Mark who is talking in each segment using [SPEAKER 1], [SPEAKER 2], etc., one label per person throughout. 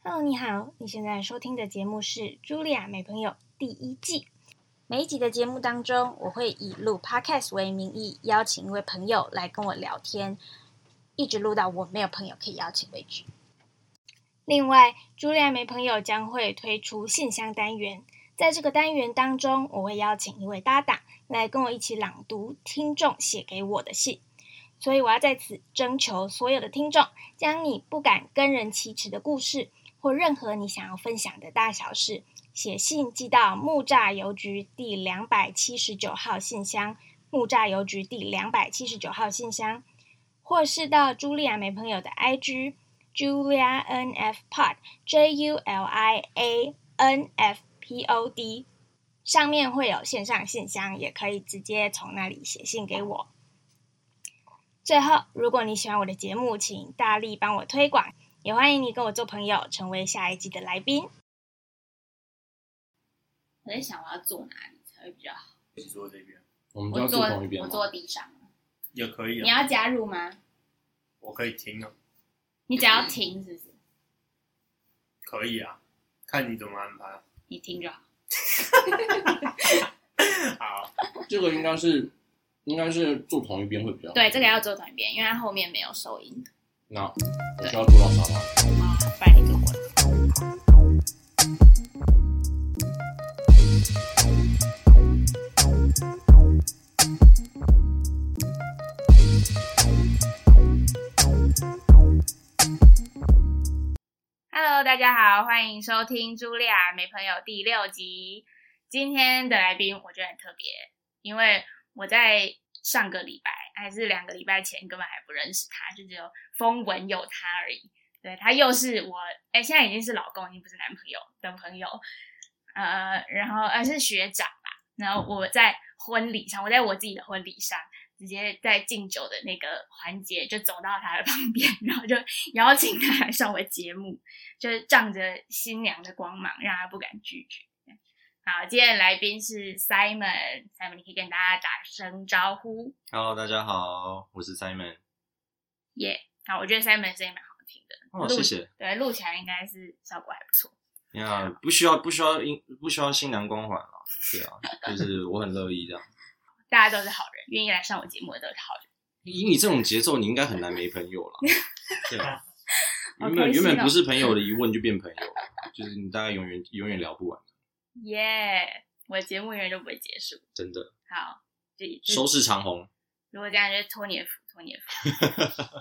[SPEAKER 1] Hello，你好，你现在收听的节目是《茱莉亚美朋友》第一季。每一集的节目当中，我会以录 Podcast 为名义，邀请一位朋友来跟我聊天，一直录到我没有朋友可以邀请为止。另外，茱莉亚没朋友将会推出信箱单元，在这个单元当中，我会邀请一位搭档来跟我一起朗读听众写给我的信。所以我要在此征求所有的听众，将你不敢跟人启齿的故事，或任何你想要分享的大小事，写信寄到木栅邮局第两百七十九号信箱，木栅邮局第两百七十九号信箱，或是到茱莉亚没朋友的 IG Julia N F Pod J U L I A N F P O D，上面会有线上信箱，也可以直接从那里写信给我。最后，如果你喜欢我的节目，请大力帮我推广，也欢迎你跟我做朋友，成为下一季的来宾。
[SPEAKER 2] 我在想我要坐哪里才会比较好。
[SPEAKER 3] 你说这边
[SPEAKER 4] 我们就
[SPEAKER 2] 我
[SPEAKER 4] 要
[SPEAKER 2] 坐
[SPEAKER 4] 住同一边
[SPEAKER 2] 我
[SPEAKER 4] 吗？
[SPEAKER 2] 坐地上。
[SPEAKER 3] 也可以
[SPEAKER 2] 你
[SPEAKER 3] 啊，
[SPEAKER 2] 要加入吗？
[SPEAKER 3] 我可以听啊，
[SPEAKER 2] 你只要停，是不是？
[SPEAKER 3] 可以啊，看你怎么安排啊。
[SPEAKER 2] 你听就好。
[SPEAKER 3] 好，
[SPEAKER 4] 这个应该是应该是坐同一边会比较好
[SPEAKER 2] 对，这个要坐同一边，因为它后面没有收音。
[SPEAKER 4] 那我需要坐到沙发。
[SPEAKER 2] 不然你跟我。Hello，大家好，欢迎收听《茱莉亚没朋友》第六集。今天的来宾我觉得很特别，因为我在上个礼拜还是两个礼拜前根本还不认识他，就只有风闻有他而已。对他又是我，哎，现在已经是老公，已经不是男朋友的朋友，呃，然后呃是学长吧。然后我在婚礼上，我在我自己的婚礼上，直接在敬酒的那个环节就走到他的旁边，然后就邀请他来上我节目，就是仗着新娘的光芒，让他不敢拒绝。好，今天的来宾是 Simon，Simon，你可以跟大家打声招呼。
[SPEAKER 5] Hello，大家好，我是 Simon。
[SPEAKER 2] 耶、好，我觉得 Simon 声音蛮好听的，
[SPEAKER 5] 哦，
[SPEAKER 2] 录
[SPEAKER 5] 谢谢。
[SPEAKER 2] 对，录起来应该是效果还不错。
[SPEAKER 5] 呀、不需要，不需要因，不需要新郎光环啊。对啊，就是我很乐意这样。
[SPEAKER 2] 大家都是好人，愿意来上我节目的都是好人。
[SPEAKER 5] 以你这种节奏，你应该很难没朋友了。对啊，
[SPEAKER 2] 好
[SPEAKER 5] 原本
[SPEAKER 2] 开心
[SPEAKER 5] 原
[SPEAKER 2] 哦
[SPEAKER 5] 本不是朋友的，一问就变朋友了，就是你大概永远永远聊不完，
[SPEAKER 2] 耶、我的节目永远都不会结束。
[SPEAKER 5] 真的。
[SPEAKER 2] 好，就
[SPEAKER 5] 收视长虹，
[SPEAKER 2] 如果这样，就是托你的福，托你的福。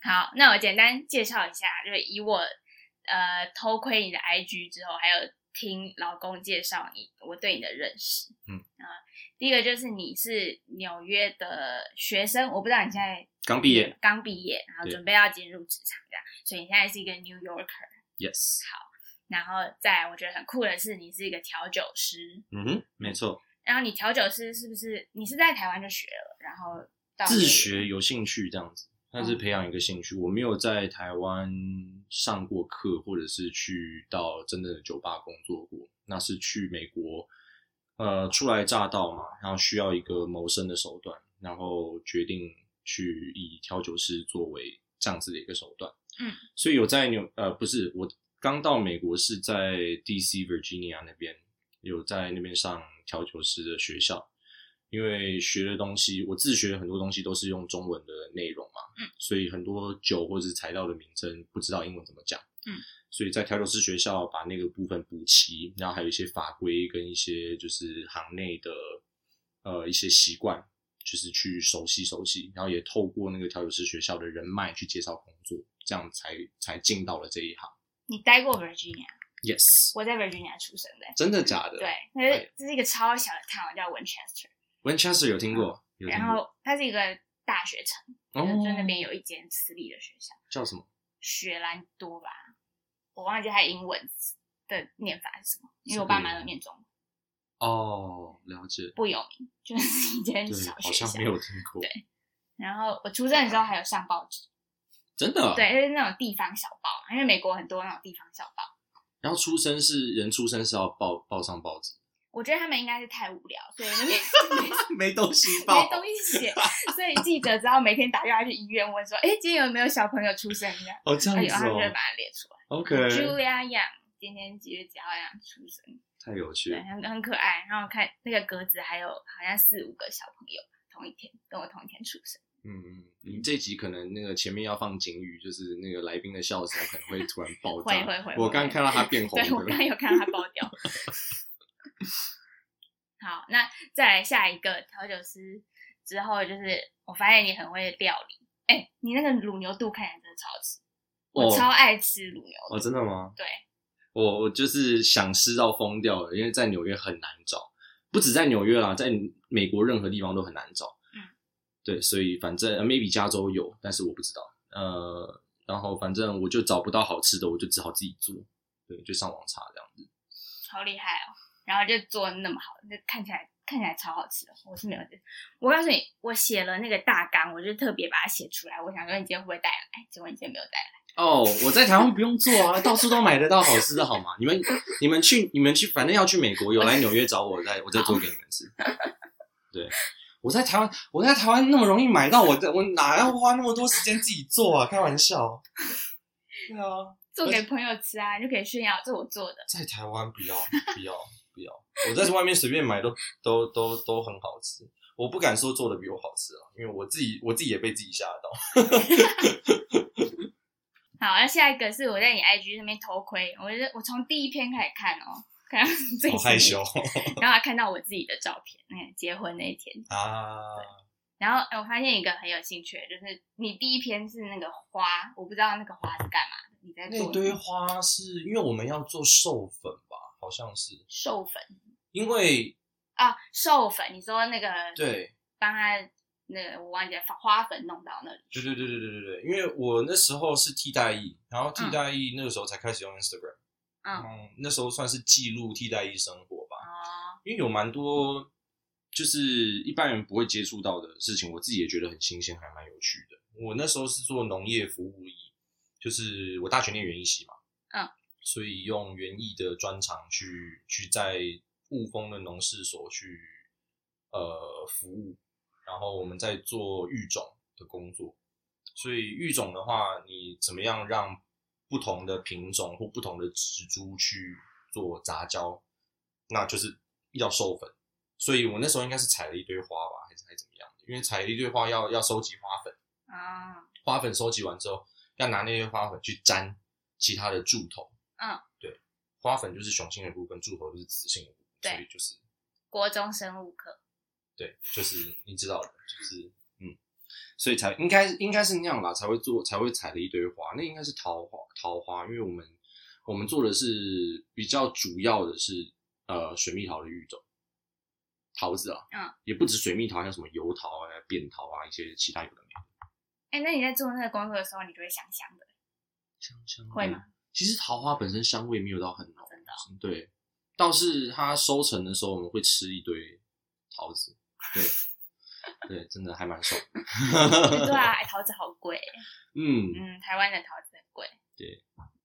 [SPEAKER 2] 好，那我简单介绍一下，就是以我呃偷窥你的 IG 之后，还有听老公介绍你我对你的认识。
[SPEAKER 5] 嗯
[SPEAKER 2] 啊、第一个就是你是纽约的学生，我不知道你现在
[SPEAKER 5] 刚毕业。
[SPEAKER 2] 刚毕业，然后
[SPEAKER 5] 对
[SPEAKER 2] 准备要进入职场这样，所以你现在是一个 New Yorker。
[SPEAKER 5] Yes，
[SPEAKER 2] 然后再来我觉得很酷的是，你是一个调酒师。
[SPEAKER 5] 嗯哼，没错，
[SPEAKER 2] 然后你调酒师是不是你是在台湾就学了，然后到
[SPEAKER 5] 自
[SPEAKER 2] 美国
[SPEAKER 5] 学有兴趣这样子，但是培养一个兴趣，我没有在台湾上过课，或者是去到真正的酒吧工作过，那是去美国，呃，初来乍到嘛，然后需要一个谋生的手段，然后决定去以调酒师作为这样子的一个手段。
[SPEAKER 2] 嗯，
[SPEAKER 5] 所以有在纽呃不是我刚到美国是在 D.C. Virginia 那边有在那边上调酒师的学校，因为学的东西我自学的很多东西都是用中文的内容嘛，
[SPEAKER 2] 嗯，
[SPEAKER 5] 所以很多酒或是材料的名称不知道英文怎么讲，
[SPEAKER 2] 嗯，
[SPEAKER 5] 所以在调酒师学校把那个部分补齐，然后还有一些法规跟一些就是行内的呃一些习惯。就是去熟悉熟悉，然后也透过那个调酒师学校的人脉去介绍工作，这样才才进到了这一行。
[SPEAKER 2] 你待过 Virginia，
[SPEAKER 5] Yes，
[SPEAKER 2] 我在 Virginia 出生的。
[SPEAKER 5] 真的假的？
[SPEAKER 2] 对，可是这是一个超小的 town 叫 Winchester，
[SPEAKER 5] ，Winchester 有听过，有听
[SPEAKER 2] 然
[SPEAKER 5] 过。
[SPEAKER 2] 后它是一个大学城，
[SPEAKER 5] 嗯哦
[SPEAKER 2] 就是就那边有一间私立的学校，
[SPEAKER 5] 叫什么？
[SPEAKER 2] 雪兰多吧，我忘记它英文的念法是什么，因为我爸妈都念中文，
[SPEAKER 5] 哦，了解。
[SPEAKER 2] 不有名，就是一间
[SPEAKER 5] 对，
[SPEAKER 2] 小
[SPEAKER 5] 好
[SPEAKER 2] 学校
[SPEAKER 5] 像。没有听过。
[SPEAKER 2] 对然后我出生的时候还有上报纸，
[SPEAKER 5] 真的。
[SPEAKER 2] 对，。就是那种地方小报嘛，因为美国很多那种地方小报。
[SPEAKER 5] 然后出生是人出生是要报报上报纸，
[SPEAKER 2] 我觉得他们应该是太无聊，所 以那边
[SPEAKER 5] 没东西
[SPEAKER 2] 没东西写，所以记者只好每天打电话去医院问说：“哎、今天有没有小朋友出生？”这样，
[SPEAKER 5] 哦，这
[SPEAKER 2] 哎
[SPEAKER 5] 样
[SPEAKER 2] 呦，他
[SPEAKER 5] 子
[SPEAKER 2] 们就会
[SPEAKER 5] 哦
[SPEAKER 2] 把。它列出来。
[SPEAKER 5] OK，
[SPEAKER 2] Julia Yang，今天几月几号样出生？
[SPEAKER 5] 太有趣
[SPEAKER 2] 对，
[SPEAKER 5] 了。
[SPEAKER 2] 很很可爱。然后我看那个格子还有好像四五个小朋友，同一天跟我同一天出生。
[SPEAKER 5] 嗯，你这集可能那个前面要放警语，就是那个来宾的笑声可能会突然爆炸。
[SPEAKER 2] 会会会，
[SPEAKER 5] 我刚看到他变红
[SPEAKER 2] 对我
[SPEAKER 5] 了。
[SPEAKER 2] 刚刚有看到他爆掉。好，那再来下一个调酒师之后，就是我发现你很会料理。哎、你那个卤牛肚看起来真的超好吃，我
[SPEAKER 5] 哦
[SPEAKER 2] 超爱吃卤牛肚。
[SPEAKER 5] 哦，真的吗？
[SPEAKER 2] 对，
[SPEAKER 5] 我我就是想吃到疯掉了，因为在纽约很难找，不止在纽约啦，在美国任何地方都很难找。
[SPEAKER 2] 嗯，
[SPEAKER 5] 对，所以反正呃 maybe 加州有，但是我不知道。呃，然后反正我就找不到好吃的，我就只好自己做。对，就上网查这样子。
[SPEAKER 2] 好厉害哦！然后就做得那么好，就看起来看起来超好吃的。我是没有，我告诉你，我写了那个大纲，我就特别把它写出来。我想说你今天会不会带来？结果你今天没有带来。
[SPEAKER 5] 哦，我在台湾不用做啊， 到处都买得到好吃的，好吗？你们你们去你们去，反正要去美国，有来纽约找我，再我再做给你们吃。对，我在台湾，我在台湾那么容易买到，我在我哪要花那么多时间自己做啊？开玩笑。对啊，
[SPEAKER 2] 做给朋友吃啊，你就可以炫耀这我做的。
[SPEAKER 5] 在台湾不要不要不要，我在外面随便买都都都都很好吃，我不敢说做的比我好吃啊，因为我自己我自己也被自己吓到。
[SPEAKER 2] 好，那下一个是我在你 IG 上面偷窥，我觉得我从第一篇开始看哦，看到最
[SPEAKER 5] 好
[SPEAKER 2] 新
[SPEAKER 5] 害羞
[SPEAKER 2] 然后还看到我自己的照片，那个结婚那一天。
[SPEAKER 5] 啊！
[SPEAKER 2] 然后哎我发现一个很有兴趣的，就是你第一篇是那个花，我不知道那个花是干嘛的，你在
[SPEAKER 5] 那
[SPEAKER 2] 做
[SPEAKER 5] 堆花是因为我们要做授粉吧，好像是
[SPEAKER 2] 授粉
[SPEAKER 5] 因为
[SPEAKER 2] 啊，授粉，你说那个
[SPEAKER 5] 对
[SPEAKER 2] 帮他那个我忘记了，花粉弄到那里
[SPEAKER 5] 对对对对对对对，因为我那时候是替代役，然后替代役那个时候才开始用 Instagram，
[SPEAKER 2] 嗯
[SPEAKER 5] 嗯，那时候算是记录替代役生活吧，
[SPEAKER 2] 哦，
[SPEAKER 5] 因为有蛮多就是一般人不会接触到的事情，我自己也觉得很新鲜，还蛮有趣的。我那时候是做农业服务役，就是我大学念园艺系嘛，
[SPEAKER 2] 嗯，
[SPEAKER 5] 所以用园艺的专长去去在雾峰的农事所去呃服务，然后我们在做育种的工作。所以育种的话，你怎么样让不同的品种或不同的植株去做杂交，那就是要授粉。所以我那时候应该是采了一堆花吧，还是还是怎么样的？因为采了一堆花要要收集花粉，
[SPEAKER 2] 啊、
[SPEAKER 5] 花粉收集完之后，要拿那些花粉去粘其他的柱头。
[SPEAKER 2] 嗯，
[SPEAKER 5] 对，花粉就是雄性的部分，柱头就是雌性的部分，
[SPEAKER 2] 对
[SPEAKER 5] 所以就是
[SPEAKER 2] 国中生物课，
[SPEAKER 5] 对，就是你知道的，就是嗯，所以才应该应该是那样啦，才会做才会采了一堆花，那应该是桃花桃花，因为我们我们做的是比较主要的是呃水蜜桃的育种，桃子啊，
[SPEAKER 2] 嗯，
[SPEAKER 5] 也不止水蜜桃，像什么油桃啊、扁桃啊一些其他有的没的。
[SPEAKER 2] 哎，那你在做那个工作的时候，你就会香香的，
[SPEAKER 5] 香香
[SPEAKER 2] 会吗？
[SPEAKER 5] 其实桃花本身香味没有到很浓，
[SPEAKER 2] 真的哦
[SPEAKER 5] 的对，倒是它收成的时候我们会吃一堆桃子， 对对，真的还蛮爽的。
[SPEAKER 2] 对啊，哎桃子好贵，
[SPEAKER 5] 嗯，
[SPEAKER 2] 嗯，台湾的桃子很贵，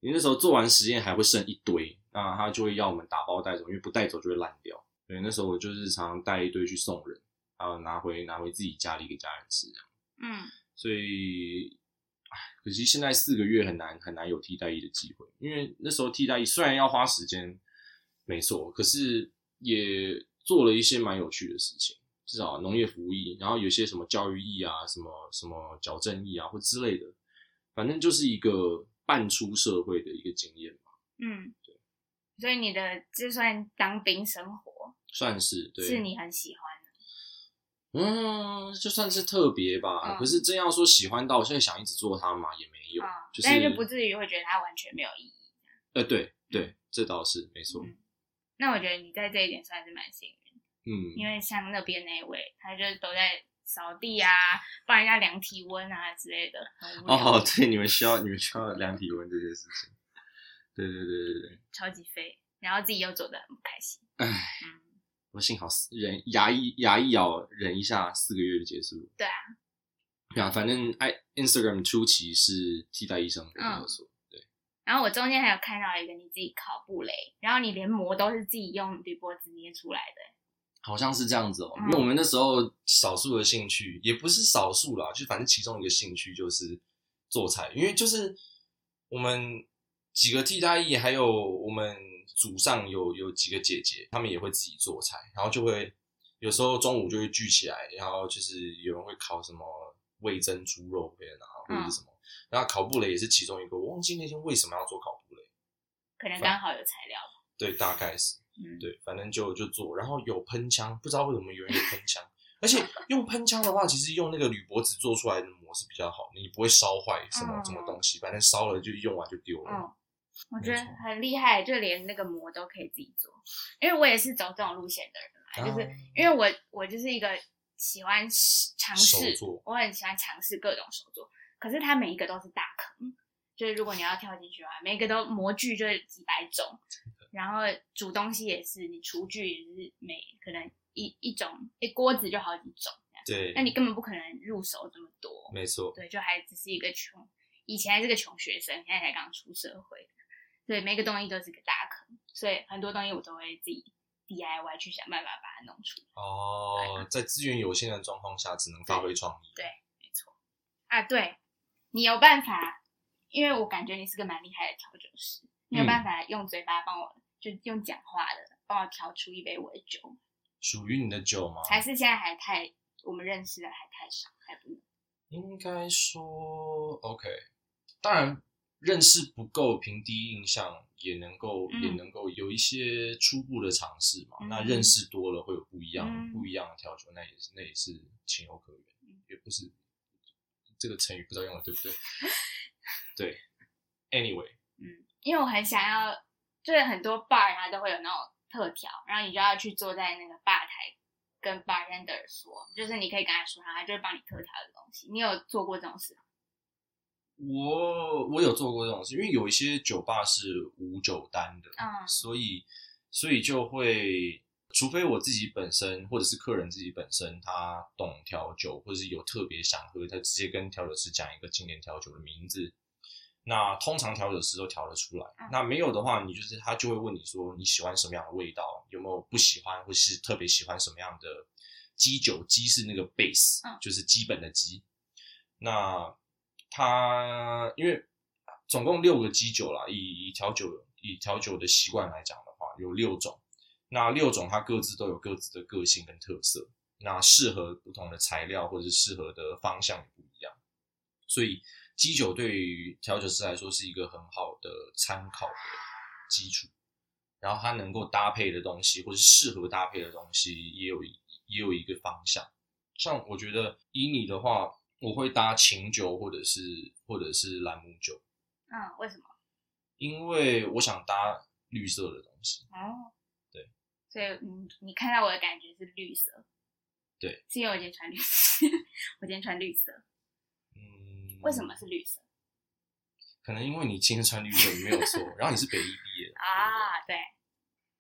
[SPEAKER 5] 你那时候做完实验还会剩一堆，那他就会要我们打包带走，因为不带走就会烂掉。对，那时候我就是常常带一堆去送人，还有拿回拿回自己家里给家人吃这样。
[SPEAKER 2] 嗯，
[SPEAKER 5] 所以，唉可惜现在四个月很难很难有替代役的机会，因为那时候替代役虽然要花时间，没错，可是也做了一些蛮有趣的事情，至少农业服务役，然后有些什么教育役啊，什么什么矫正役啊或之类的，反正就是一个半出社会的一个经验吧，
[SPEAKER 2] 嗯，所以你的就算当兵生活
[SPEAKER 5] 算是对，
[SPEAKER 2] 是你很喜欢的，
[SPEAKER 5] 嗯，就算是特别吧。
[SPEAKER 2] 嗯
[SPEAKER 5] 可是真要说喜欢到我现在想一直做它嘛，也没有，
[SPEAKER 2] 啊，
[SPEAKER 5] 就是
[SPEAKER 2] 但是就不至于会觉得它完全没有意义。
[SPEAKER 5] 呃，对对，这倒是没错。
[SPEAKER 2] 嗯那我觉得你在这一点算是蛮幸运，
[SPEAKER 5] 嗯，
[SPEAKER 2] 因为像那边那一位，他就都在扫地啊，帮人家量体温啊之类的，很无聊，
[SPEAKER 5] 哦，对，你们需要你们需要量体温这件事情。对对对对对，
[SPEAKER 2] 超级废，然后自己又做的很不开心。
[SPEAKER 5] 唉，
[SPEAKER 2] 嗯，
[SPEAKER 5] 我幸好是忍牙一牙一咬忍一下，四个月就结束了。
[SPEAKER 2] 对啊，
[SPEAKER 5] 对啊，反正 i Instagram 初期是替代医生没
[SPEAKER 2] 嗯
[SPEAKER 5] 有错。对，
[SPEAKER 2] 然后我中间还有看到一个你自己烤布雷，然后你连膜都是自己用铝箔纸捏出来的。
[SPEAKER 5] 好像是这样子哦。
[SPEAKER 2] 嗯
[SPEAKER 5] 因为我们那时候少数的兴趣也不是少数啦，就反正其中一个兴趣就是做菜，因为就是我们几个替代役，还有我们组上有有几个姐姐，她们也会自己做菜，然后就会有时候中午就会聚起来，然后就是有人会烤什么味增猪肉片啊，或者是什么，然后烤布雷也是其中一个，我忘记那天为什么要做烤布雷，
[SPEAKER 2] 可能刚好有材料。
[SPEAKER 5] 对，大概是
[SPEAKER 2] 嗯，
[SPEAKER 5] 对，反正就就做，然后有喷枪，不知道为什么有人有喷枪，而且用喷枪的话，其实用那个铝箔纸做出来的模是比较好，你不会烧坏什么、什么东西，反正烧了就用完就丢了。
[SPEAKER 2] 嗯，我觉得
[SPEAKER 5] 没错
[SPEAKER 2] 很厉害，就连那个膜都可以自己做。因为我也是走这种路线的人嘛，就是
[SPEAKER 5] 啊
[SPEAKER 2] 因为我我就是一个喜欢试尝试
[SPEAKER 5] 手作，
[SPEAKER 2] 我很喜欢尝试各种手作，可是它每一个都是大坑，就是如果你要跳进去的话，每一个都模具就是几百种，然后煮东西也是，你厨具也是每可能一一种一锅子就好几种这样，
[SPEAKER 5] 对，
[SPEAKER 2] 那你根本不可能入手这么多，
[SPEAKER 5] 没错，
[SPEAKER 2] 对，就还只是一个穷，以前还是个穷学生，现在才刚出社会，对，每个东西都是个大坑，所以很多东西我都会自己 DIY 去想办法把它弄出来。
[SPEAKER 5] 哦，在资源有限的状况下，只能发挥创意。
[SPEAKER 2] 对啊，对，你有办法，因为我感觉你是个蛮厉害的调酒师，你有办法用嘴巴帮我，就用讲话的帮我调出一杯我的酒，
[SPEAKER 5] 属于你的酒吗？
[SPEAKER 2] 还是现在还太我们认识的还太少，还不能。
[SPEAKER 5] 应该说 OK，当然认识不够，凭第一印象也能够、
[SPEAKER 2] 嗯
[SPEAKER 5] 也能够有一些初步的尝试嘛。
[SPEAKER 2] 嗯
[SPEAKER 5] 那认识多了会有不一样、
[SPEAKER 2] 嗯
[SPEAKER 5] 不一样的调酒，那也是那也是情有可原，也不是这个成语不知道用的对不对？对，Anyway，
[SPEAKER 2] 嗯，因为我很想要，就是很多 bar 啊它都会有那种特调，然后你就要去坐在那个吧台跟 bartender 说，就是你可以跟他说，然后他就会帮你特调的东西。你有做过这种事吗？
[SPEAKER 5] 我我有做过这种事，因为有一些酒吧是无酒单的，
[SPEAKER 2] 嗯
[SPEAKER 5] 所以所以就会，除非我自己本身或者是客人自己本身他懂调酒，或者是有特别想喝，他直接跟调酒师讲一个经典调酒的名字。那通常调酒师都调得出来，
[SPEAKER 2] 嗯
[SPEAKER 5] 那没有的话，你就是他就会问你说你喜欢什么样的味道，有没有不喜欢或是特别喜欢什么样的基酒？基是那个 base，、
[SPEAKER 2] 嗯
[SPEAKER 5] 就是基本的基。那它因为总共六个基酒啦，以以调酒以调酒的习惯来讲的话，有六种。那六种它各自都有各自的个性跟特色，那适合不同的材料或者是适合的方向也不一样。所以基酒对于调酒师来说是一个很好的参考的基础，然后它能够搭配的东西，或是适合搭配的东西，也有一也有一个方向。像我觉得以你的话，我会搭琴酒或者是或者是兰姆酒，
[SPEAKER 2] 嗯，为什么？
[SPEAKER 5] 因为我想搭绿色的东西。
[SPEAKER 2] 哦，
[SPEAKER 5] 对，
[SPEAKER 2] 所以你你看到我的感觉是绿色，
[SPEAKER 5] 对，
[SPEAKER 2] 是因为我今天穿绿色， 我今天穿绿色，
[SPEAKER 5] 嗯，
[SPEAKER 2] 为什么？是绿色
[SPEAKER 5] 可能因为你今天穿绿色，你没有错。然后你是北医毕业的，
[SPEAKER 2] 啊？对，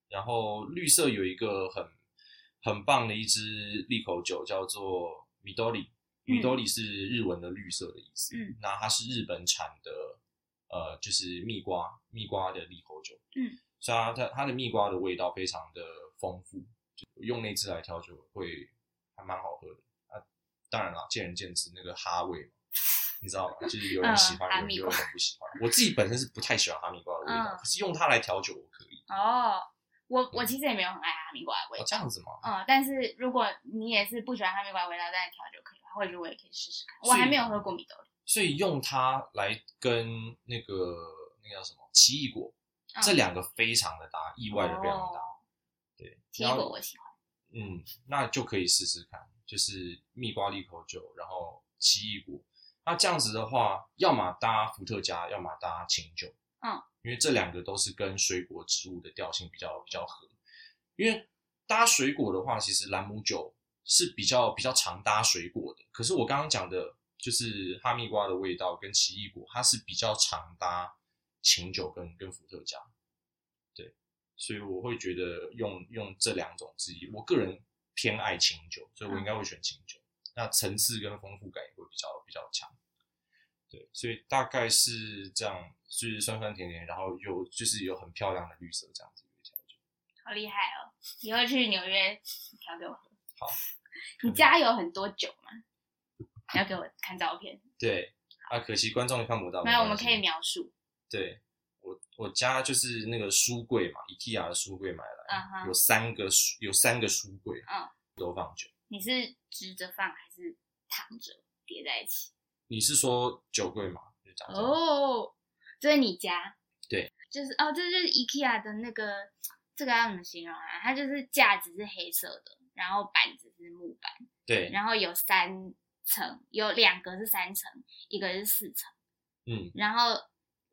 [SPEAKER 5] 然后绿色有一个很很棒的一支利口酒，叫做米多里。
[SPEAKER 2] 嗯
[SPEAKER 5] 米多里是日文的绿色的意思。
[SPEAKER 2] 嗯，
[SPEAKER 5] 那它是日本产的，呃，就是蜜瓜蜜瓜的利口酒。
[SPEAKER 2] 嗯，
[SPEAKER 5] 所以它它它的蜜瓜的味道非常的丰富，就用那支来调酒会还蛮好喝的。啊，当然啦，见仁见智，那个哈味嘛。你知道吗？就是有人喜欢，
[SPEAKER 2] 嗯哈
[SPEAKER 5] 有人
[SPEAKER 2] 密
[SPEAKER 5] 有
[SPEAKER 2] 瓜
[SPEAKER 5] 人不喜欢。我自己本身是不太喜欢哈密瓜的味道，
[SPEAKER 2] 嗯
[SPEAKER 5] 可是用它来调酒我可以。
[SPEAKER 2] 哦，我我其实也没有很爱哈密瓜的味
[SPEAKER 5] 哦
[SPEAKER 2] 道，，
[SPEAKER 5] 这样子吗？
[SPEAKER 2] 嗯，但是如果你也是不喜欢哈密瓜的味道，但是调酒可以的话，或许我也可以试试看。我
[SPEAKER 5] 是
[SPEAKER 2] 还没有喝过米豆的，
[SPEAKER 5] 所以用它来跟那个那个叫什么奇异果，
[SPEAKER 2] 嗯
[SPEAKER 5] 这两个非常的搭，意外的非常搭。
[SPEAKER 2] 哦
[SPEAKER 5] 对，
[SPEAKER 2] 奇异
[SPEAKER 5] 然
[SPEAKER 2] 果
[SPEAKER 5] 后
[SPEAKER 2] 我喜欢。
[SPEAKER 5] 嗯，那就可以试试看，就是蜜瓜利口酒，然后奇异果。那这样子的话，要么搭伏特加，要么搭琴酒。
[SPEAKER 2] 嗯，
[SPEAKER 5] 因为这两个都是跟水果植物的调性比较比较合。因为搭水果的话，其实兰姆酒是比较比较常搭水果的。可是我刚刚讲的，就是哈密瓜的味道跟奇异果，它是比较常搭琴酒跟跟伏特加。所以我会觉得用用这两种之一，我个人偏爱清酒，所以
[SPEAKER 2] 嗯
[SPEAKER 5] 我应该会选清酒。那层次跟丰富感也会比较比较强，对，所以大概是这样，就是酸酸甜甜，然后有就是有很漂亮的绿色这样子的调酒。
[SPEAKER 2] 好厉害哦！以后去纽约调给我喝。
[SPEAKER 5] 好，
[SPEAKER 2] 你家有很多酒吗？你要给我看照片？
[SPEAKER 5] 对，啊，可惜观众看不到。
[SPEAKER 2] 没有，我
[SPEAKER 5] 关
[SPEAKER 2] 们
[SPEAKER 5] 系
[SPEAKER 2] 可以。描述。
[SPEAKER 5] 对，我我家就是那个书柜嘛，IKEA 的书柜买来
[SPEAKER 2] 嗯哼
[SPEAKER 5] 有三个书有三个书柜，啊
[SPEAKER 2] 嗯
[SPEAKER 5] 都放酒。
[SPEAKER 2] 你是直着放还是躺着叠在一起？
[SPEAKER 5] 你是说酒柜吗？就讲这样
[SPEAKER 2] 哦，这是你家？
[SPEAKER 5] 对，
[SPEAKER 2] 就是哦，这就是 IKEA 的那个，这个要怎么形容啊？它就是架子是黑色的，然后板子是木板，
[SPEAKER 5] 对，
[SPEAKER 2] 然后有三层，有两个是三层，一个是四层，
[SPEAKER 5] 嗯，
[SPEAKER 2] 然后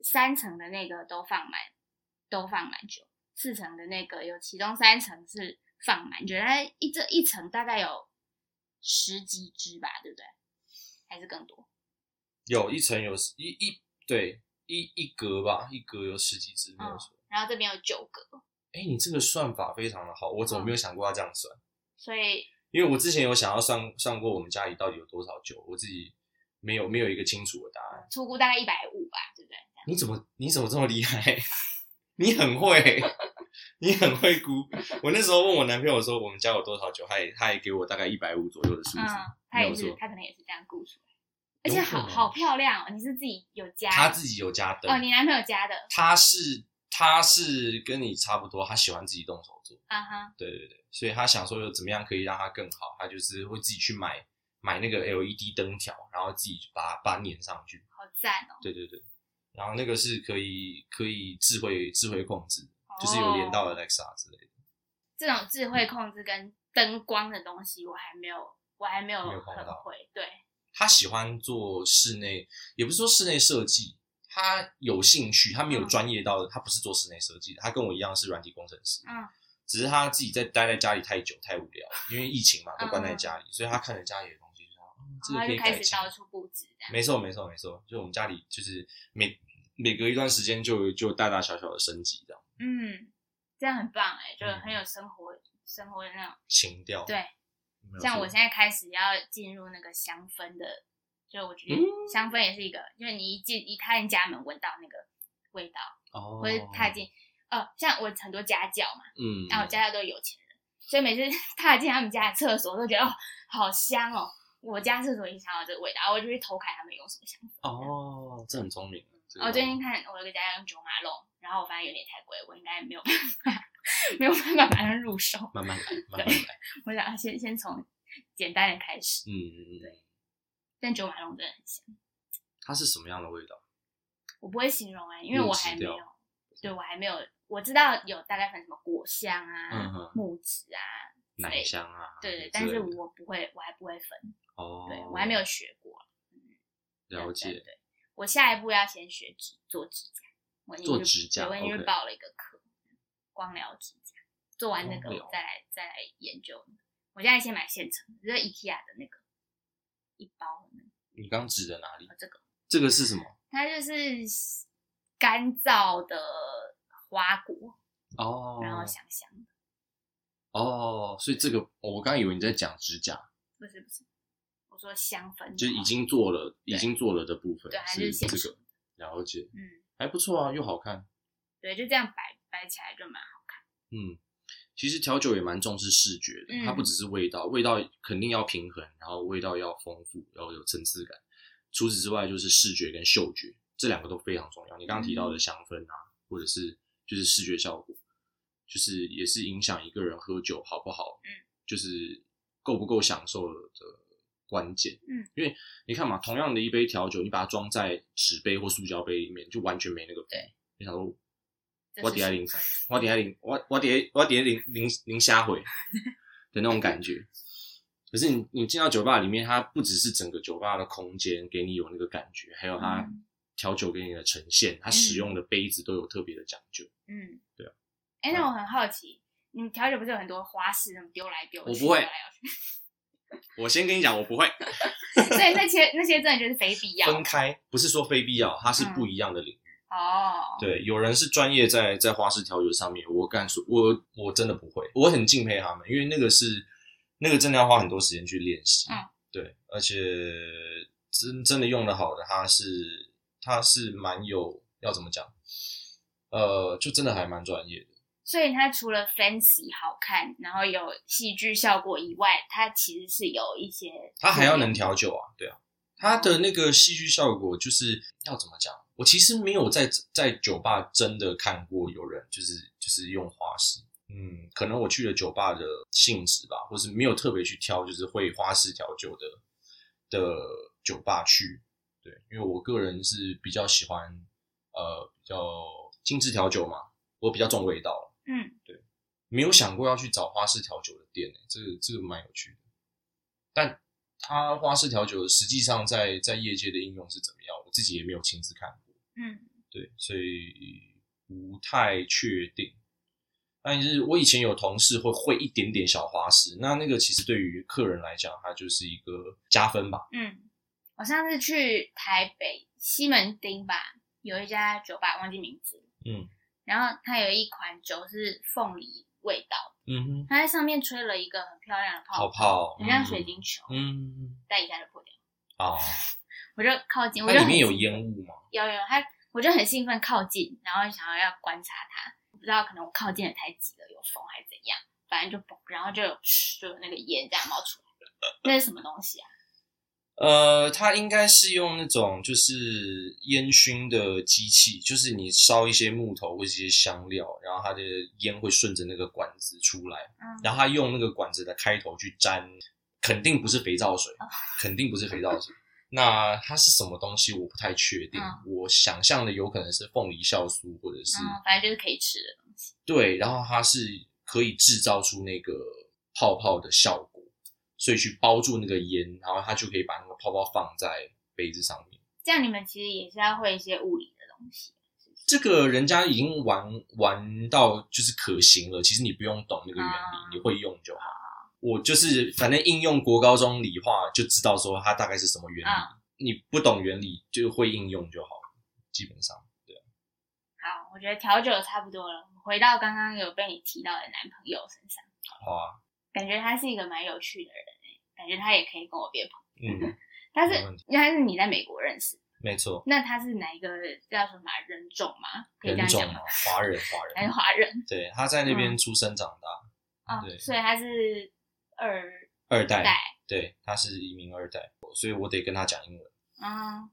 [SPEAKER 2] 三层的那个都放满，都放满酒，四层的那个有其中三层是放满酒，它一这一层大概有十几支吧，对不对？还是更多？
[SPEAKER 5] 有一层有一一对一一格吧，一格有十几只没有
[SPEAKER 2] 嗯
[SPEAKER 5] 错。
[SPEAKER 2] 然后这边有九个。
[SPEAKER 5] 哎、你这个算法非常的好，我怎
[SPEAKER 2] 嗯
[SPEAKER 5] 么没有想过要这样算？
[SPEAKER 2] 所以
[SPEAKER 5] 因为我之前有想要算算过我们家里到底有多少酒，我自己没有没有一个清楚的答案。
[SPEAKER 2] 出估大概一百五吧，对不对？
[SPEAKER 5] 你怎么你怎么这么厉害？ 你很会， 你很会估。我那时候问我男朋友说我们家有多少酒，他也他也给我大概一百五左右的数字。
[SPEAKER 2] 嗯，他也
[SPEAKER 5] 没
[SPEAKER 2] 是
[SPEAKER 5] 有，错
[SPEAKER 2] 他可能也是这样估出来，而
[SPEAKER 5] 有
[SPEAKER 2] 且
[SPEAKER 5] 可
[SPEAKER 2] 好
[SPEAKER 5] 能
[SPEAKER 2] 好漂亮哦！你是自己有加
[SPEAKER 5] 他自己有加灯，
[SPEAKER 2] 哦，你男朋友加的，
[SPEAKER 5] 他是他是跟你差不多，他喜欢自己动手做。
[SPEAKER 2] 啊哈，
[SPEAKER 5] 对对对，所以他想说有怎么样可以让它更好，他就是会自己去买买那个 LED 灯条，然后自己把它把它粘上去。
[SPEAKER 2] 好赞哦！
[SPEAKER 5] 对对对，然后那个是可以可以智慧智慧控制，就是有连到
[SPEAKER 2] 哦
[SPEAKER 5] Alexa 之类的。
[SPEAKER 2] 这种智慧控制跟灯光的东西，我还没有，我还没有
[SPEAKER 5] 没有碰
[SPEAKER 2] 很
[SPEAKER 5] 到
[SPEAKER 2] 会。对，
[SPEAKER 5] 他喜欢做室内，也不是说室内设计，他有兴趣，他没有
[SPEAKER 2] 嗯
[SPEAKER 5] 专业到的，他不是做室内设计的，他跟我一样是软体工程师。
[SPEAKER 2] 嗯，
[SPEAKER 5] 只是他自己在待在家里太久太无聊了，因为疫情嘛，都关在家里，所以他看着家里的东西就想，嗯，这个
[SPEAKER 2] 然后嗯哦
[SPEAKER 5] 可
[SPEAKER 2] 就
[SPEAKER 5] 以
[SPEAKER 2] 开
[SPEAKER 5] 改
[SPEAKER 2] 始
[SPEAKER 5] 进。
[SPEAKER 2] 到处布置这样。
[SPEAKER 5] 没错，没错，没错，就我们家里就是每每隔一段时间就就大大小小的升级这样，
[SPEAKER 2] 嗯，这样很棒哎，就
[SPEAKER 5] 嗯
[SPEAKER 2] 很有生活生活的那种。
[SPEAKER 5] 情调。
[SPEAKER 2] 对，
[SPEAKER 5] 没有错，
[SPEAKER 2] 像我现在开始要进入那个香氛的，就我
[SPEAKER 5] 嗯
[SPEAKER 2] 觉得香氛也是一个，就是你一进一踏进家门闻到那个味道，
[SPEAKER 5] 哦，
[SPEAKER 2] 或者踏进呃，像我很多家教嘛，
[SPEAKER 5] 嗯，
[SPEAKER 2] 然后我家教都是有钱人，所以每次 踏进他们家的厕所，都觉得哦好香哦。我家厕所也想到这个味道，然后我就去偷看他们用什么香氛。
[SPEAKER 5] 哦，这很聪明。这个
[SPEAKER 2] 我最近看我有个家教用九马龙，然后我发现有点太贵，我应该没有办法， 没有办法马上入手。
[SPEAKER 5] 慢慢来，慢慢来，
[SPEAKER 2] 我想要先先从简单的开始，
[SPEAKER 5] 嗯嗯，嗯
[SPEAKER 2] 但九马龙真的很香。
[SPEAKER 5] 它是什么样的味道？
[SPEAKER 2] 我不会形容哎、因为
[SPEAKER 5] 木
[SPEAKER 2] 我
[SPEAKER 5] 质
[SPEAKER 2] 还没有
[SPEAKER 5] 调，
[SPEAKER 2] 对我还没有，我知道有大概分什么果香啊、
[SPEAKER 5] 嗯哼
[SPEAKER 2] 木质啊之类
[SPEAKER 5] 奶
[SPEAKER 2] 的，
[SPEAKER 5] 香啊，
[SPEAKER 2] 对对，
[SPEAKER 5] 之
[SPEAKER 2] 但
[SPEAKER 5] 类
[SPEAKER 2] 是
[SPEAKER 5] 的
[SPEAKER 2] 我不会，我还不会分，
[SPEAKER 5] 哦，
[SPEAKER 2] 对我还没有学过。对
[SPEAKER 5] 了
[SPEAKER 2] 对
[SPEAKER 5] 解，
[SPEAKER 2] 对，我下一步要先学指做指甲，我已经
[SPEAKER 5] 做
[SPEAKER 2] 去
[SPEAKER 5] 指甲
[SPEAKER 2] 对我已经去
[SPEAKER 5] OK
[SPEAKER 2] 报了一个课，光疗指甲。做完那个，
[SPEAKER 5] 光疗
[SPEAKER 2] 我再来再来研究。我现在先买现成的，就是 IKEA 的那个一包的那个，
[SPEAKER 5] 你刚指的哪里？
[SPEAKER 2] 这个
[SPEAKER 5] 这个是什么？
[SPEAKER 2] 它就是干燥的花果，
[SPEAKER 5] 哦，
[SPEAKER 2] 然后香香的，
[SPEAKER 5] 哦，所以这个哦我刚以为你在讲指甲，
[SPEAKER 2] 不是不是，我说香氛的
[SPEAKER 5] 就是
[SPEAKER 2] 话
[SPEAKER 5] 已经做了，已
[SPEAKER 2] 对
[SPEAKER 5] 经做了的部分，
[SPEAKER 2] 对，它就是
[SPEAKER 5] 是
[SPEAKER 2] 现
[SPEAKER 5] 这
[SPEAKER 2] 成
[SPEAKER 5] 个
[SPEAKER 2] 的，
[SPEAKER 5] 了解，
[SPEAKER 2] 嗯，
[SPEAKER 5] 还不错啊，又好看。
[SPEAKER 2] 对，就这样摆摆起来就蛮好，
[SPEAKER 5] 嗯，其实调酒也蛮重视视觉的，
[SPEAKER 2] 嗯
[SPEAKER 5] 它不只是味道，味道肯定要平衡，然后味道要丰富，要有层次感。除此之外，就是视觉跟嗅觉这两个都非常重要。你刚刚提到的香氛啊，或者是就是视觉效果，就是也是影响一个人喝酒好不好，
[SPEAKER 2] 嗯，
[SPEAKER 5] 就是够不够享受的关键。
[SPEAKER 2] 嗯，
[SPEAKER 5] 因为你看嘛，同样的一杯调酒，你把它装在纸杯或塑胶杯里面，就完全没那个。
[SPEAKER 2] 对，
[SPEAKER 5] 你想说
[SPEAKER 2] 这
[SPEAKER 5] 我
[SPEAKER 2] 是
[SPEAKER 5] 底下
[SPEAKER 2] 什
[SPEAKER 5] 零三，我底下零，我我底下我底下零零零瞎 回的那种感觉。可是你你进到酒吧里面，它不只是整个酒吧的空间给你有那个感觉，还有它
[SPEAKER 2] 嗯
[SPEAKER 5] 调酒给你的呈现，它使用的杯子都有特别的讲究。
[SPEAKER 2] 嗯，
[SPEAKER 5] 对啊。
[SPEAKER 2] 哎，那我很好奇，你们调酒不是有很多花式，那么丢来丢去，
[SPEAKER 5] 我不会
[SPEAKER 2] 丢来丢去
[SPEAKER 5] 我先跟你讲，我不会
[SPEAKER 2] 所以那些那些真的就是非必要嗯
[SPEAKER 5] 分开，不是说非必要，它是不一样的领域。
[SPEAKER 2] 哦。
[SPEAKER 5] 对，有人是专业在在花式调酒上面，我敢说，我我真的不会，我很敬佩他们，因为那个是那个真的要花很多时间去练习。
[SPEAKER 2] 嗯，
[SPEAKER 5] 对，而且真真的用的好的，它是它是蛮有要怎么讲，呃，就真的还蛮专业的。
[SPEAKER 2] 所以它除了 fancy 好看，然后有戏剧效果以外，它其实是有一些
[SPEAKER 5] 它还要能调酒啊，对啊，它的那个戏剧效果就是要怎么讲？我其实没有在在酒吧真的看过有人就是就是用花式，嗯，可能我去了酒吧的性质吧，或是没有特别去挑就是会花式调酒的的酒吧去，对，因为我个人是比较喜欢呃比较精致调酒嘛，我比较重味道，
[SPEAKER 2] 嗯，
[SPEAKER 5] 没有想过要去找花式调酒的店、欸，这个这个蛮有趣的。但它花式调酒实际上在在业界的应用是怎么样，我自己也没有亲自看过，
[SPEAKER 2] 嗯，
[SPEAKER 5] 对，所以不太确定。但是我以前有同事会会一点点小花式，那那个其实对于客人来讲，它就是一个加分吧。
[SPEAKER 2] 嗯，我上次去台北西门町吧，有一家酒吧忘记名字，
[SPEAKER 5] 嗯
[SPEAKER 2] 然后它有一款酒是凤梨味道，
[SPEAKER 5] 嗯哼，
[SPEAKER 2] 它在上面吹了一个很漂亮的泡
[SPEAKER 5] 泡泡，
[SPEAKER 2] 很像水晶球，
[SPEAKER 5] 嗯，嗯
[SPEAKER 2] 但一下就破掉。
[SPEAKER 5] 啊，
[SPEAKER 2] 我就靠近，我就
[SPEAKER 5] 它里
[SPEAKER 2] 很
[SPEAKER 5] 面有
[SPEAKER 2] 兴
[SPEAKER 5] 烟
[SPEAKER 2] 奋，
[SPEAKER 5] 雾吗？
[SPEAKER 2] 有有它，我就很兴奋靠近，然后想要要观察它，不知道可能我靠近的太急了，有风还是怎样，反正就嘣，然后就有就有那个烟这样冒出来，那是什么东西啊？
[SPEAKER 5] 呃，它应该是用那种就是烟熏的机器，就是你烧一些木头或是一些香料，然后它的烟会顺着那个管子出来，
[SPEAKER 2] 嗯，
[SPEAKER 5] 然后它用那个管子的开头去沾，肯定不是肥皂
[SPEAKER 2] 哦
[SPEAKER 5] 水，肯定不是肥皂水。那它是什么东西？我不太确定。
[SPEAKER 2] 嗯
[SPEAKER 5] 我想象的有可能是凤梨酵素，或者是、
[SPEAKER 2] 嗯，反正就是可以吃的东西。
[SPEAKER 5] 对，然后它是可以制造出那个泡泡的效果，所以去包住那个烟，然后它就可以把那个泡泡放在杯子上面。
[SPEAKER 2] 这样你们其实也是要会一些物理的东西。
[SPEAKER 5] 这个人家已经玩玩到就是可行了，其实你不用懂那个原
[SPEAKER 2] 啊
[SPEAKER 5] 理，你会用就好。我就是反正应用国高中理化就知道说它大概是什么原理，
[SPEAKER 2] 啊
[SPEAKER 5] 你不懂原理就会应用就好了，基本上。
[SPEAKER 2] 好，我觉得调酒差不多了，回到刚刚有被你提到的男朋友身上，
[SPEAKER 5] 好啊，
[SPEAKER 2] 感觉他是一个蛮有趣的人、欸、感觉他也可以跟我变朋友。
[SPEAKER 5] 嗯，
[SPEAKER 2] 但是
[SPEAKER 5] 没问题
[SPEAKER 2] 因为他是你在美国认识，
[SPEAKER 5] 没错，
[SPEAKER 2] 那他是哪一个叫什么啊人种吗？可以这
[SPEAKER 5] 人
[SPEAKER 2] 样
[SPEAKER 5] 种
[SPEAKER 2] 讲吗？，
[SPEAKER 5] 嘛
[SPEAKER 2] 哎
[SPEAKER 5] 华人，华
[SPEAKER 2] 还是
[SPEAKER 5] 人，
[SPEAKER 2] 华人
[SPEAKER 5] 对，他在那边
[SPEAKER 2] 嗯
[SPEAKER 5] 出生长大。
[SPEAKER 2] 啊、
[SPEAKER 5] 对
[SPEAKER 2] 所以他是二
[SPEAKER 5] 二代，
[SPEAKER 2] 代
[SPEAKER 5] 对，他是移民二代，所以我得跟他讲英文。
[SPEAKER 2] 嗯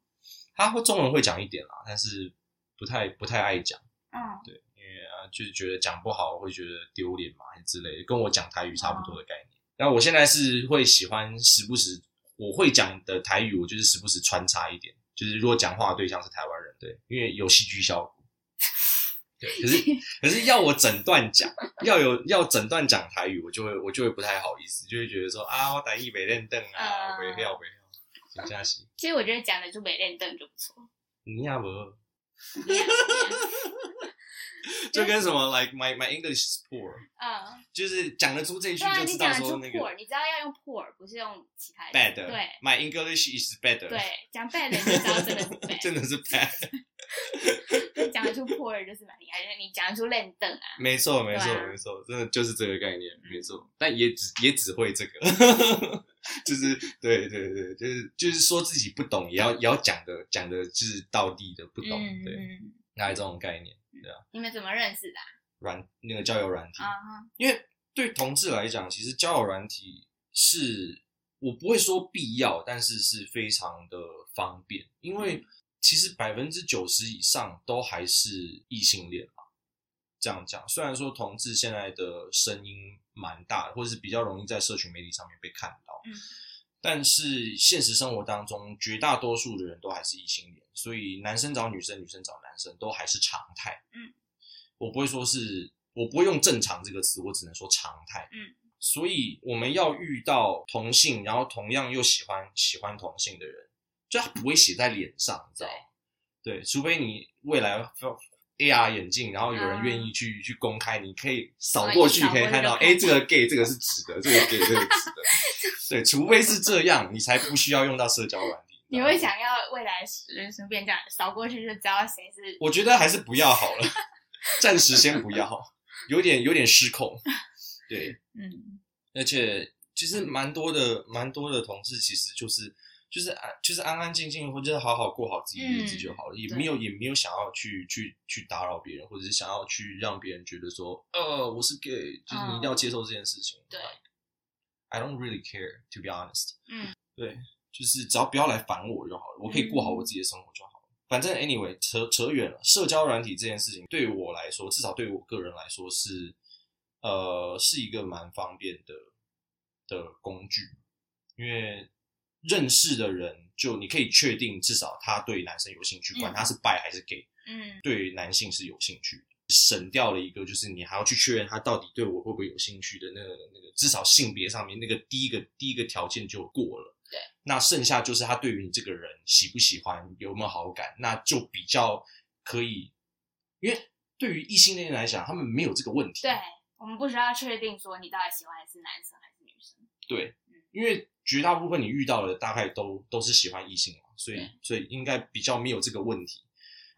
[SPEAKER 5] 他会中文会讲一点啦，但是不太不太爱讲，
[SPEAKER 2] 嗯
[SPEAKER 5] 对，因为啊就是觉得讲不好会觉得丢脸嘛还是之类的，跟我讲台语差不多的概念。那我现在是会喜欢时不时我会讲的台语，我就是时不时穿插一点，就是如果讲话的对象是台湾人，对，因为有戏剧效果。对，可是可是要我整段讲，要有要整段讲台语，我就会我就会不太好意思，就会觉得说啊，我台语没练凳啊，
[SPEAKER 2] 嗯
[SPEAKER 5] 没料没料，真假是，
[SPEAKER 2] 其实我觉得讲的就北练邓就不错，
[SPEAKER 5] 你也无， 就跟什么 like my my English is poor，
[SPEAKER 2] 嗯，
[SPEAKER 5] 就是讲得出这句
[SPEAKER 2] 对啊，
[SPEAKER 5] 就
[SPEAKER 2] 你
[SPEAKER 5] 知
[SPEAKER 2] 讲
[SPEAKER 5] 道
[SPEAKER 2] 得
[SPEAKER 5] 说
[SPEAKER 2] 出
[SPEAKER 5] 那个
[SPEAKER 2] poor，你知道要用 poor，不是用其他的
[SPEAKER 5] bad，
[SPEAKER 2] 对
[SPEAKER 5] my English is bad，
[SPEAKER 2] 对，讲 bad 你就知道真的是 bad，
[SPEAKER 5] 真的是 bad，
[SPEAKER 2] 就讲得出 poor 就是蛮厉害，就是你讲得出练邓啊，
[SPEAKER 5] 没错没错
[SPEAKER 2] 对啊
[SPEAKER 5] 没错，真的就是这个概念，没错，但也只也只会这个， 就是对对对，就是就是说自己不懂，也要也要讲的讲的就是道地的不懂，
[SPEAKER 2] 嗯
[SPEAKER 5] 对，啊
[SPEAKER 2] 嗯，
[SPEAKER 5] 大概这种概念，
[SPEAKER 2] 你们怎么认识的
[SPEAKER 5] 软那个交友软体
[SPEAKER 2] 啊？啊哈
[SPEAKER 5] 因为对同志来讲，其实交友软体是我不会说必要，但是是非常的方便，因为其实百分之九十以上都还是异性恋嘛。这样讲，虽然说同志现在的声音蛮大的，或者是比较容易在社群媒体上面被看到，
[SPEAKER 2] 嗯
[SPEAKER 5] 但是现实生活当中，绝大多数的人都还是异性恋，所以男生找女生，女生找男生都还是常态。我不会说是，我不会用“正常”这个词，我只能说常态。
[SPEAKER 2] 嗯，
[SPEAKER 5] 所以我们要遇到同性，然后同样又喜欢喜欢同性的人，就他不会写在脸上，你知道吗？对，除非你未来要 AR 眼镜，然后有人愿意去、去公开，你可以扫过去，
[SPEAKER 2] 啊一扫
[SPEAKER 5] 可以
[SPEAKER 2] 过去
[SPEAKER 5] 看到，
[SPEAKER 2] 就看
[SPEAKER 5] 哎，这个 gay 这个是直的，这个 gay 这个直的，对，除非是这样，你才不需要用到社交软体。
[SPEAKER 2] 你会？想要未来人生变这样，扫过去就知道谁是
[SPEAKER 5] 我觉得还是不要好了，暂时先不要，有点有点失控。对，
[SPEAKER 2] 嗯
[SPEAKER 5] 而且其实蛮多的，蛮多的同事其实就是就是安就是安安静静，或者是好好过好自己的日
[SPEAKER 2] 嗯
[SPEAKER 5] 子就好了，也没有也没有想要去去去打扰别人，或者是想要去让别人觉得说，呃，我是 gay，就是你一定要接受这件事情。
[SPEAKER 2] 嗯对
[SPEAKER 5] i don't really care to be honest。
[SPEAKER 2] 嗯，
[SPEAKER 5] 对，就是只要不要来烦我就好了，我可以过好我自己的生活就好了。反正 anyway 扯扯远了，社交软体这件事情对我来说，至少对我个人来说是，呃，是一个蛮方便的的工具，因为认识的人就你可以确定，至少他对男生有兴趣，
[SPEAKER 2] 嗯
[SPEAKER 5] 管他是拜还是 gay，
[SPEAKER 2] 嗯
[SPEAKER 5] 对男性是有兴趣的。省掉了一个，就是你还要去确认他到底对我会不会有兴趣的那个那个，至少性别上面那个第一个第一个条件就过了。
[SPEAKER 2] 对，
[SPEAKER 5] 那剩下就是他对于你这个人喜不喜欢，有没有好感，那就比较可以，因为对于异性恋来讲，他们没有这个问题。
[SPEAKER 2] 对，我们不需要确定说你到底喜欢的是男生还是女生。
[SPEAKER 5] 对，因为绝大部分你遇到的大概都都是喜欢异性嘛，所以
[SPEAKER 2] 对
[SPEAKER 5] 所以应该比较没有这个问题。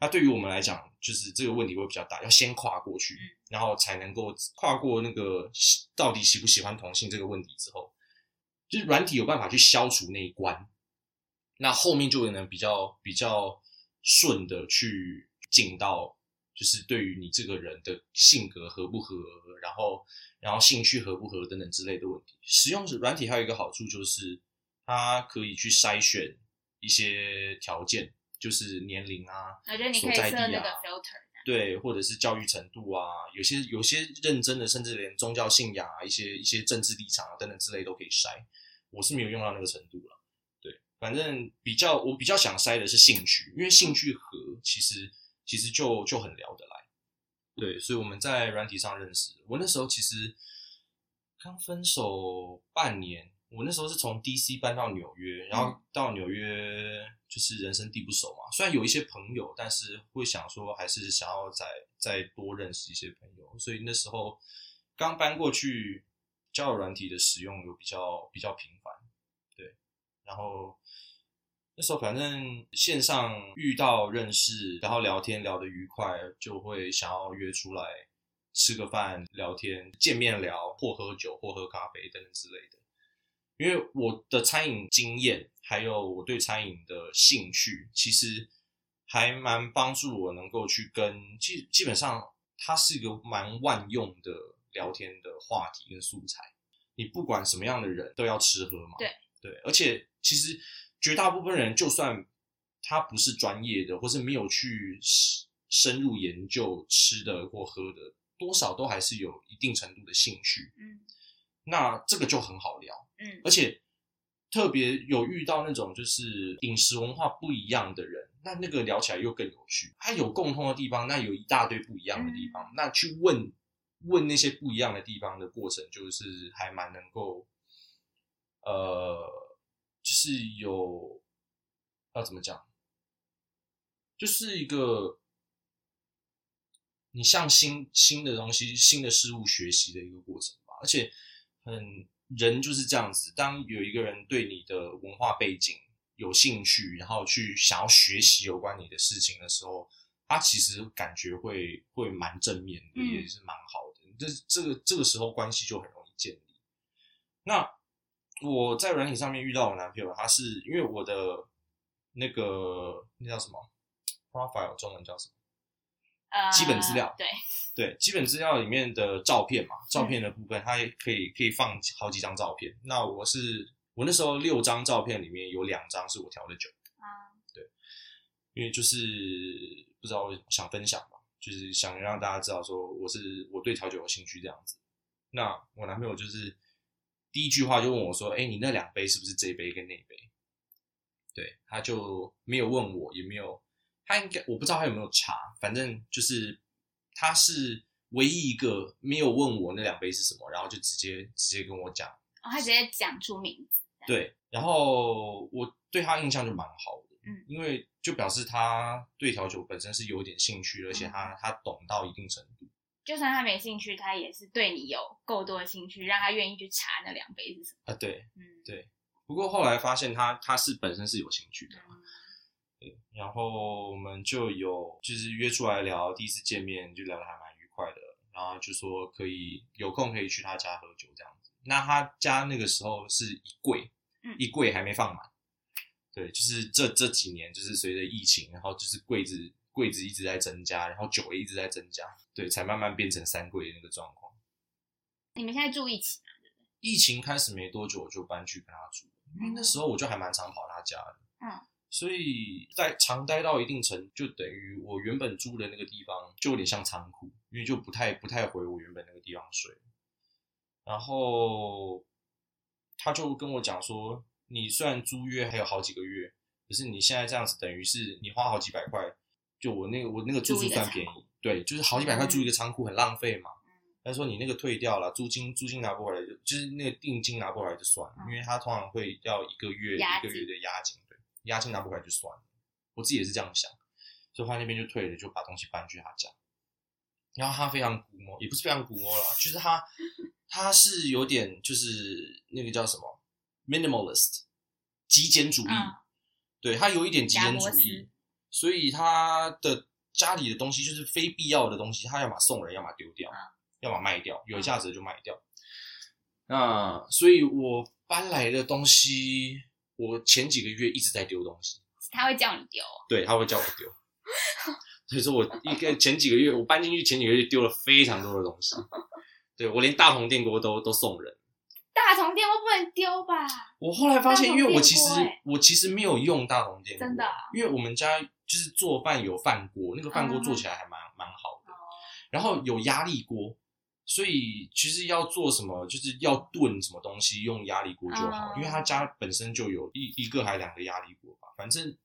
[SPEAKER 5] 那对于我们来讲，就是这个问题会比较大，要先跨过去，
[SPEAKER 2] 嗯
[SPEAKER 5] 然后才能够跨过那个喜到底喜不喜欢同性这个问题之后，就是软体有办法去消除那一关，那后面就能比较比较顺的去进到，就是对于你这个人的性格合不合，然后然后兴趣合不合等等之类的问题。使用软体还有一个好处就是，它可以去筛选一些条件，就是年龄啊，
[SPEAKER 2] 我觉得你可以
[SPEAKER 5] 所在
[SPEAKER 2] 设
[SPEAKER 5] 地
[SPEAKER 2] 那个
[SPEAKER 5] 啊
[SPEAKER 2] filter，
[SPEAKER 5] 对，或者是教育程度啊，有些有些认真的，甚至连宗教信仰啊、一些一些政治立场啊等等之类都可以筛。我是没有用到那个程度了。对，反正比较我比较想筛的是兴趣，因为兴趣和其实其实就就很聊得来。对，所以我们在软体上认识。我那时候其实刚分手半年，我那时候是从 DC 搬到纽约，然后到纽约就是人生地不熟嘛。虽然有一些朋友，但是会想说还是想要再再多认识一些朋友，所以那时候刚搬过去，交友软体的使用有比较比较频繁，对，然后。那时候反正线上遇到认识，然后聊天聊得愉快，就会想要约出来吃个饭、聊天、见面聊，或喝酒、或喝咖啡等等之类的。因为我的餐饮经验，还有我对餐饮的兴趣，其实还蛮帮助我能够去跟基基本上它是一个蛮万用的聊天的话题跟素材。你不管什么样的人都要吃喝嘛，
[SPEAKER 2] 对
[SPEAKER 5] 对，而且其实绝大部分人，就算他不是专业的，或是没有去深深入研究吃的或喝的，多少都还是有一定程度的兴趣。
[SPEAKER 2] 嗯
[SPEAKER 5] 那这个就很好聊。
[SPEAKER 2] 嗯
[SPEAKER 5] 而且特别有遇到那种就是饮食文化不一样的人，那那个聊起来又更有趣。它有共通的地方，那有一大堆不一样的地方，那去问问那些不一样的地方的过程，就是还蛮能够，呃，就是有要怎么讲，就是一个。你向新新的东西、新的事物学习的一个过程吧，而且很人就是这样子。当有一个人对你的文化背景有兴趣，然后去想要学习有关你的事情的时候，他其实感觉会会蛮正面的，
[SPEAKER 2] 嗯
[SPEAKER 5] 也是蛮好的。这这个这个时候关系就很容易建立。那我在软体上面遇到我男朋友，他是因为我的那个那叫什么 profile 中文叫什么？
[SPEAKER 2] 呃，
[SPEAKER 5] 基本资料
[SPEAKER 2] 对，
[SPEAKER 5] 对，基本资料里面的照片嘛，照片的部分，它也可以可以放好几张照片。那我是我那时候六张照片里面有两张是我调的酒，
[SPEAKER 2] 啊，
[SPEAKER 5] 因为就是不知道为什么想分享嘛，就是想让大家知道说我是我对调酒有兴趣这样子。那我男朋友就是第一句话就问我说：“哎、你那两杯是不是这杯跟那杯？”对，他就没有问我，也没有，他应该我不知道他有没有查，反正就是他是唯一一个没有问我那两杯是什么，然后就直接直接跟我讲。
[SPEAKER 2] 哦，他直接讲出名字，
[SPEAKER 5] 对，然后我对他印象就蛮好的，
[SPEAKER 2] 嗯
[SPEAKER 5] 因为就表示他对调酒本身是有一点兴趣，而且他他懂到一定程度。
[SPEAKER 2] 就算他没兴趣，他也是对你有够多的兴趣，让他愿意去查那两杯是什么。
[SPEAKER 5] 啊，对，
[SPEAKER 2] 嗯，
[SPEAKER 5] 对不过后来发现他他是本身是有兴趣的，啊对，然后我们就有就是约出来聊，第一次见面就聊得还蛮愉快的，然后就说可以有空可以去他家喝酒这样子。那他家那个时候是一柜，
[SPEAKER 2] 嗯
[SPEAKER 5] 一柜还没放满，对，就是这这几年就是随着疫情，然后就是柜子柜子一直在增加，然后酒也一直在增加，对，才慢慢变成三柜的那个状况。
[SPEAKER 2] 你们现在住一起吗？
[SPEAKER 5] 疫情开始没多久，我就搬去跟他住，因为那时候我就还蛮常跑他家的。
[SPEAKER 2] 嗯，
[SPEAKER 5] 所以在常待到一定程，就等于我原本住的那个地方就有点像仓库，因为就不太不太回我原本那个地方睡。然后他就跟我讲说，你虽然租约还有好几个月，可是你现在这样子，等于是你花好几百块，就我那个我那个住
[SPEAKER 2] 租
[SPEAKER 5] 宿
[SPEAKER 2] 一个
[SPEAKER 5] 算
[SPEAKER 2] 仓
[SPEAKER 5] 便宜，对，就是好几百块
[SPEAKER 2] 嗯
[SPEAKER 5] 住一个仓库很浪费嘛。他说你那个退掉了，租金租金拿不回来就就是那个定金拿不回来就算了，
[SPEAKER 2] 嗯
[SPEAKER 5] 因为他通常会要一个月
[SPEAKER 2] 押
[SPEAKER 5] 一
[SPEAKER 2] 金
[SPEAKER 5] 个月的押金，对，押金拿不回来就算了。我自己也是这样想，所以他那边就退了，就把东西搬去他家。然后他非常古摸，也不是非常古摸啦，就是他他是有点就是那个叫什么 minimalist 极简主义，
[SPEAKER 2] 嗯
[SPEAKER 5] 对他有一点极
[SPEAKER 2] 贾
[SPEAKER 5] 简
[SPEAKER 2] 伯
[SPEAKER 5] 主义
[SPEAKER 2] 斯，
[SPEAKER 5] 所以他的家里的东西就是非必要的东西，他要么送人，要么丢
[SPEAKER 2] 嗯
[SPEAKER 5] 掉，要么卖掉，有价值的就卖掉。
[SPEAKER 2] 嗯
[SPEAKER 5] 那所以我搬来的东西，我前几个月一直在丢东西。
[SPEAKER 2] 他会叫你丢，
[SPEAKER 5] 对，他会叫我 丢。所以说我一个前几个月，我搬进去前几个月丢了非常多的东西，对我连大红电锅都都送人。
[SPEAKER 2] 大同电锅不能丢吧？
[SPEAKER 5] 我后来发现，
[SPEAKER 2] 大
[SPEAKER 5] 因
[SPEAKER 2] 同
[SPEAKER 5] 为我
[SPEAKER 2] 电
[SPEAKER 5] 其实
[SPEAKER 2] 锅欸
[SPEAKER 5] 我其实没有用大红电锅，
[SPEAKER 2] 真的啊
[SPEAKER 5] 因为我们家就是做饭有饭锅，那个饭锅
[SPEAKER 2] 嗯哦
[SPEAKER 5] 做起来还蛮蛮好的，然后有压力锅，所以其实要做什么就是要炖什么东西用压力锅就好，
[SPEAKER 2] 哦
[SPEAKER 5] 因为他家本身就有一一个还两个压力锅吧，反正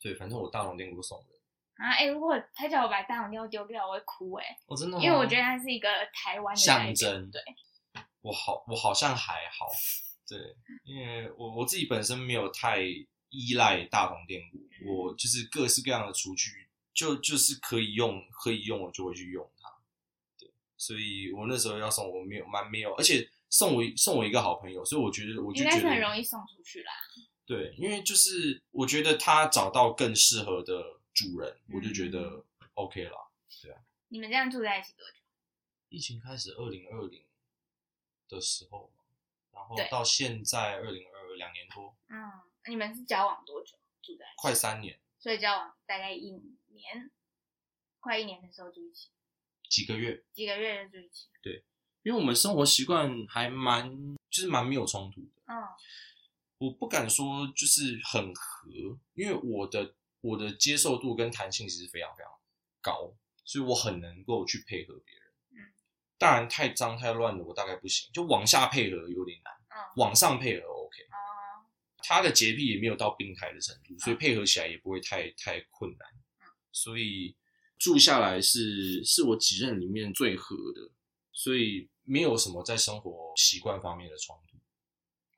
[SPEAKER 5] 对，反正我大红电锅送人。
[SPEAKER 2] 啊，哎、如果他叫我把大同电锅丢掉，我会哭哎、
[SPEAKER 5] 哦，真的吗，
[SPEAKER 2] 因为我觉得它是一个台湾的代
[SPEAKER 5] 象
[SPEAKER 2] 表
[SPEAKER 5] 征。
[SPEAKER 2] 对，
[SPEAKER 5] 我好，我好像还好，对，因为我我自己本身没有太依赖大同电锅，
[SPEAKER 2] 嗯
[SPEAKER 5] 我就是各式各样的厨具，就就是可以用，可以用我就会去用它，对，所以我那时候要送我没有蛮没有，而且送我送我一个好朋友，所以我觉得我
[SPEAKER 2] 应
[SPEAKER 5] 就觉
[SPEAKER 2] 该
[SPEAKER 5] 得
[SPEAKER 2] 是很容易送出去啦。
[SPEAKER 5] 对，因为就是我觉得他找到更适合的主人，我就觉得
[SPEAKER 2] 嗯
[SPEAKER 5] OK 了。
[SPEAKER 2] 你们这样住在一起多久？
[SPEAKER 5] 疫情开始二零二零的时候嘛，然后
[SPEAKER 2] 对
[SPEAKER 5] 到现在二零二二两年多，
[SPEAKER 2] 嗯，你们是交往多久住在一起？
[SPEAKER 5] 快三年，
[SPEAKER 2] 所以交往大概一年，快一年的时候住一起，
[SPEAKER 5] 几个月，
[SPEAKER 2] 几个月就住一起。
[SPEAKER 5] 因为我们生活习惯还蛮，就是蛮没有冲突的。
[SPEAKER 2] 嗯，
[SPEAKER 5] 我不敢说就是很合，因为我的我的接受度跟弹性其实非常非常高，所以我很能够去配合别人。
[SPEAKER 2] 嗯，
[SPEAKER 5] 当然太脏太乱的我大概不行，就往下配合有点难，
[SPEAKER 2] 嗯
[SPEAKER 5] 往上配合 OK。
[SPEAKER 2] 哦，
[SPEAKER 5] 他的洁癖也没有到病态的程度，
[SPEAKER 2] 嗯
[SPEAKER 5] 所以配合起来也不会太太困难。所以住下来是是我几任里面最合的，所以没有什么在生活习惯方面的冲突。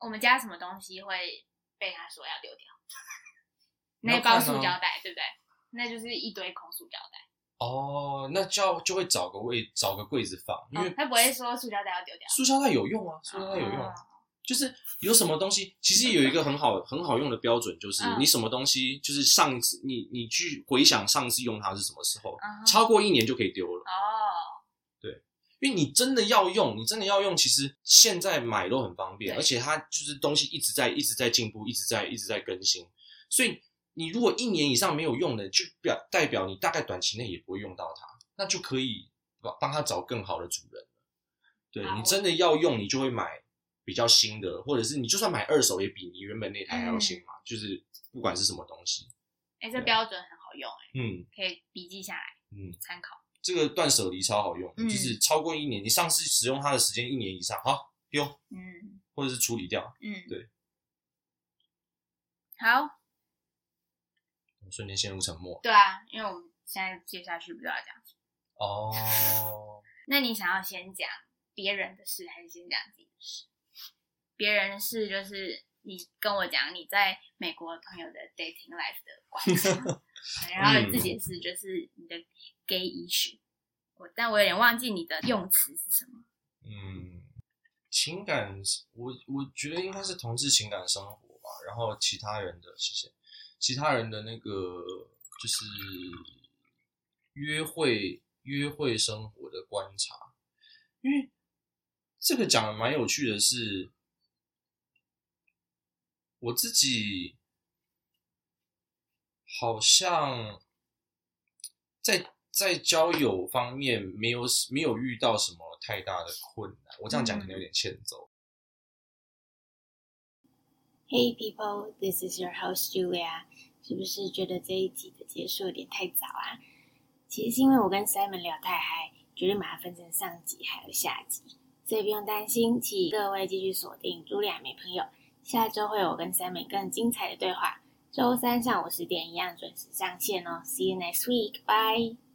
[SPEAKER 2] 我们家什么东西会被他说要丢掉？
[SPEAKER 5] 你要
[SPEAKER 2] 那包
[SPEAKER 5] 看啊
[SPEAKER 2] 塑胶袋，对不对？那就是一堆空塑胶袋，
[SPEAKER 5] 哦，那就要就会找个位找个柜子放，因为
[SPEAKER 2] 哦、他不会说塑胶袋要丢掉。嗯
[SPEAKER 5] 塑胶袋有用啊，塑胶袋有用啊。就是有什么东西，其实有一个很好很好用的标准，就是
[SPEAKER 2] 嗯
[SPEAKER 5] 你什么东西，就是上一次你你去回想上次用它是什么时候
[SPEAKER 2] 嗯哼，
[SPEAKER 5] 超过一年就可以丢了。
[SPEAKER 2] 哦，
[SPEAKER 5] 因为你真的要用，你真的要用，其实现在买都很方便，
[SPEAKER 2] 对
[SPEAKER 5] 而且它就是东西一直在一直在进步，一直在一直在更新，所以你如果一年以上没有用的，就表代表你大概短期内也不会用到它，那就可以帮帮它找更好的主人了。对
[SPEAKER 2] 好
[SPEAKER 5] 你真的要用，你就会买比较新的，或者是你就算买二手，也比你原本那台还要新
[SPEAKER 2] 嗯
[SPEAKER 5] 嘛。就是不管是什么东西，
[SPEAKER 2] 哎、这标准很好用、哎，
[SPEAKER 5] 嗯
[SPEAKER 2] 可以笔记下来
[SPEAKER 5] 啊嗯，
[SPEAKER 2] 参考。
[SPEAKER 5] 这个断舍离超好用，
[SPEAKER 2] 嗯
[SPEAKER 5] 就是超过一年，你上次使用它的时间一年以上，好丢。
[SPEAKER 2] 嗯
[SPEAKER 5] 或者是处理掉，
[SPEAKER 2] 嗯，
[SPEAKER 5] 对。
[SPEAKER 2] 好，
[SPEAKER 5] 瞬间陷入沉默。
[SPEAKER 2] 对啊，因为我们现在接下去不知道讲什么。
[SPEAKER 5] 哦，
[SPEAKER 2] 那你想要先讲别人的事，还是先讲自己的事？别人的事就是你跟我讲你在美国朋友的 dating life 的观 察，然
[SPEAKER 5] 嗯
[SPEAKER 2] 后自己的事就是你的 gay issue。我但我有点忘记你的用词是什么。
[SPEAKER 5] 嗯，情感，我我觉得应该是同志情感生活吧，然后其他人的，谢谢，其他人的那个就是约会约会生活的观察，因为这个讲的蛮有趣的是，我自己好像在在交友方面没有没有遇到什么太大的困难。我这样讲可能有点欠揍，
[SPEAKER 6] Hey people, this is your host Julia。是不是觉得这一集的结束有点太早啊？其实是因为我跟 Simon 聊太嗨，决定把它分成上集还有下集，所以不用担心，请各位继续锁定茱莉亚没朋友。下周会有我跟 Simon 更精彩的对话，周三上午十点一样准时上线哦。See you next week, bye.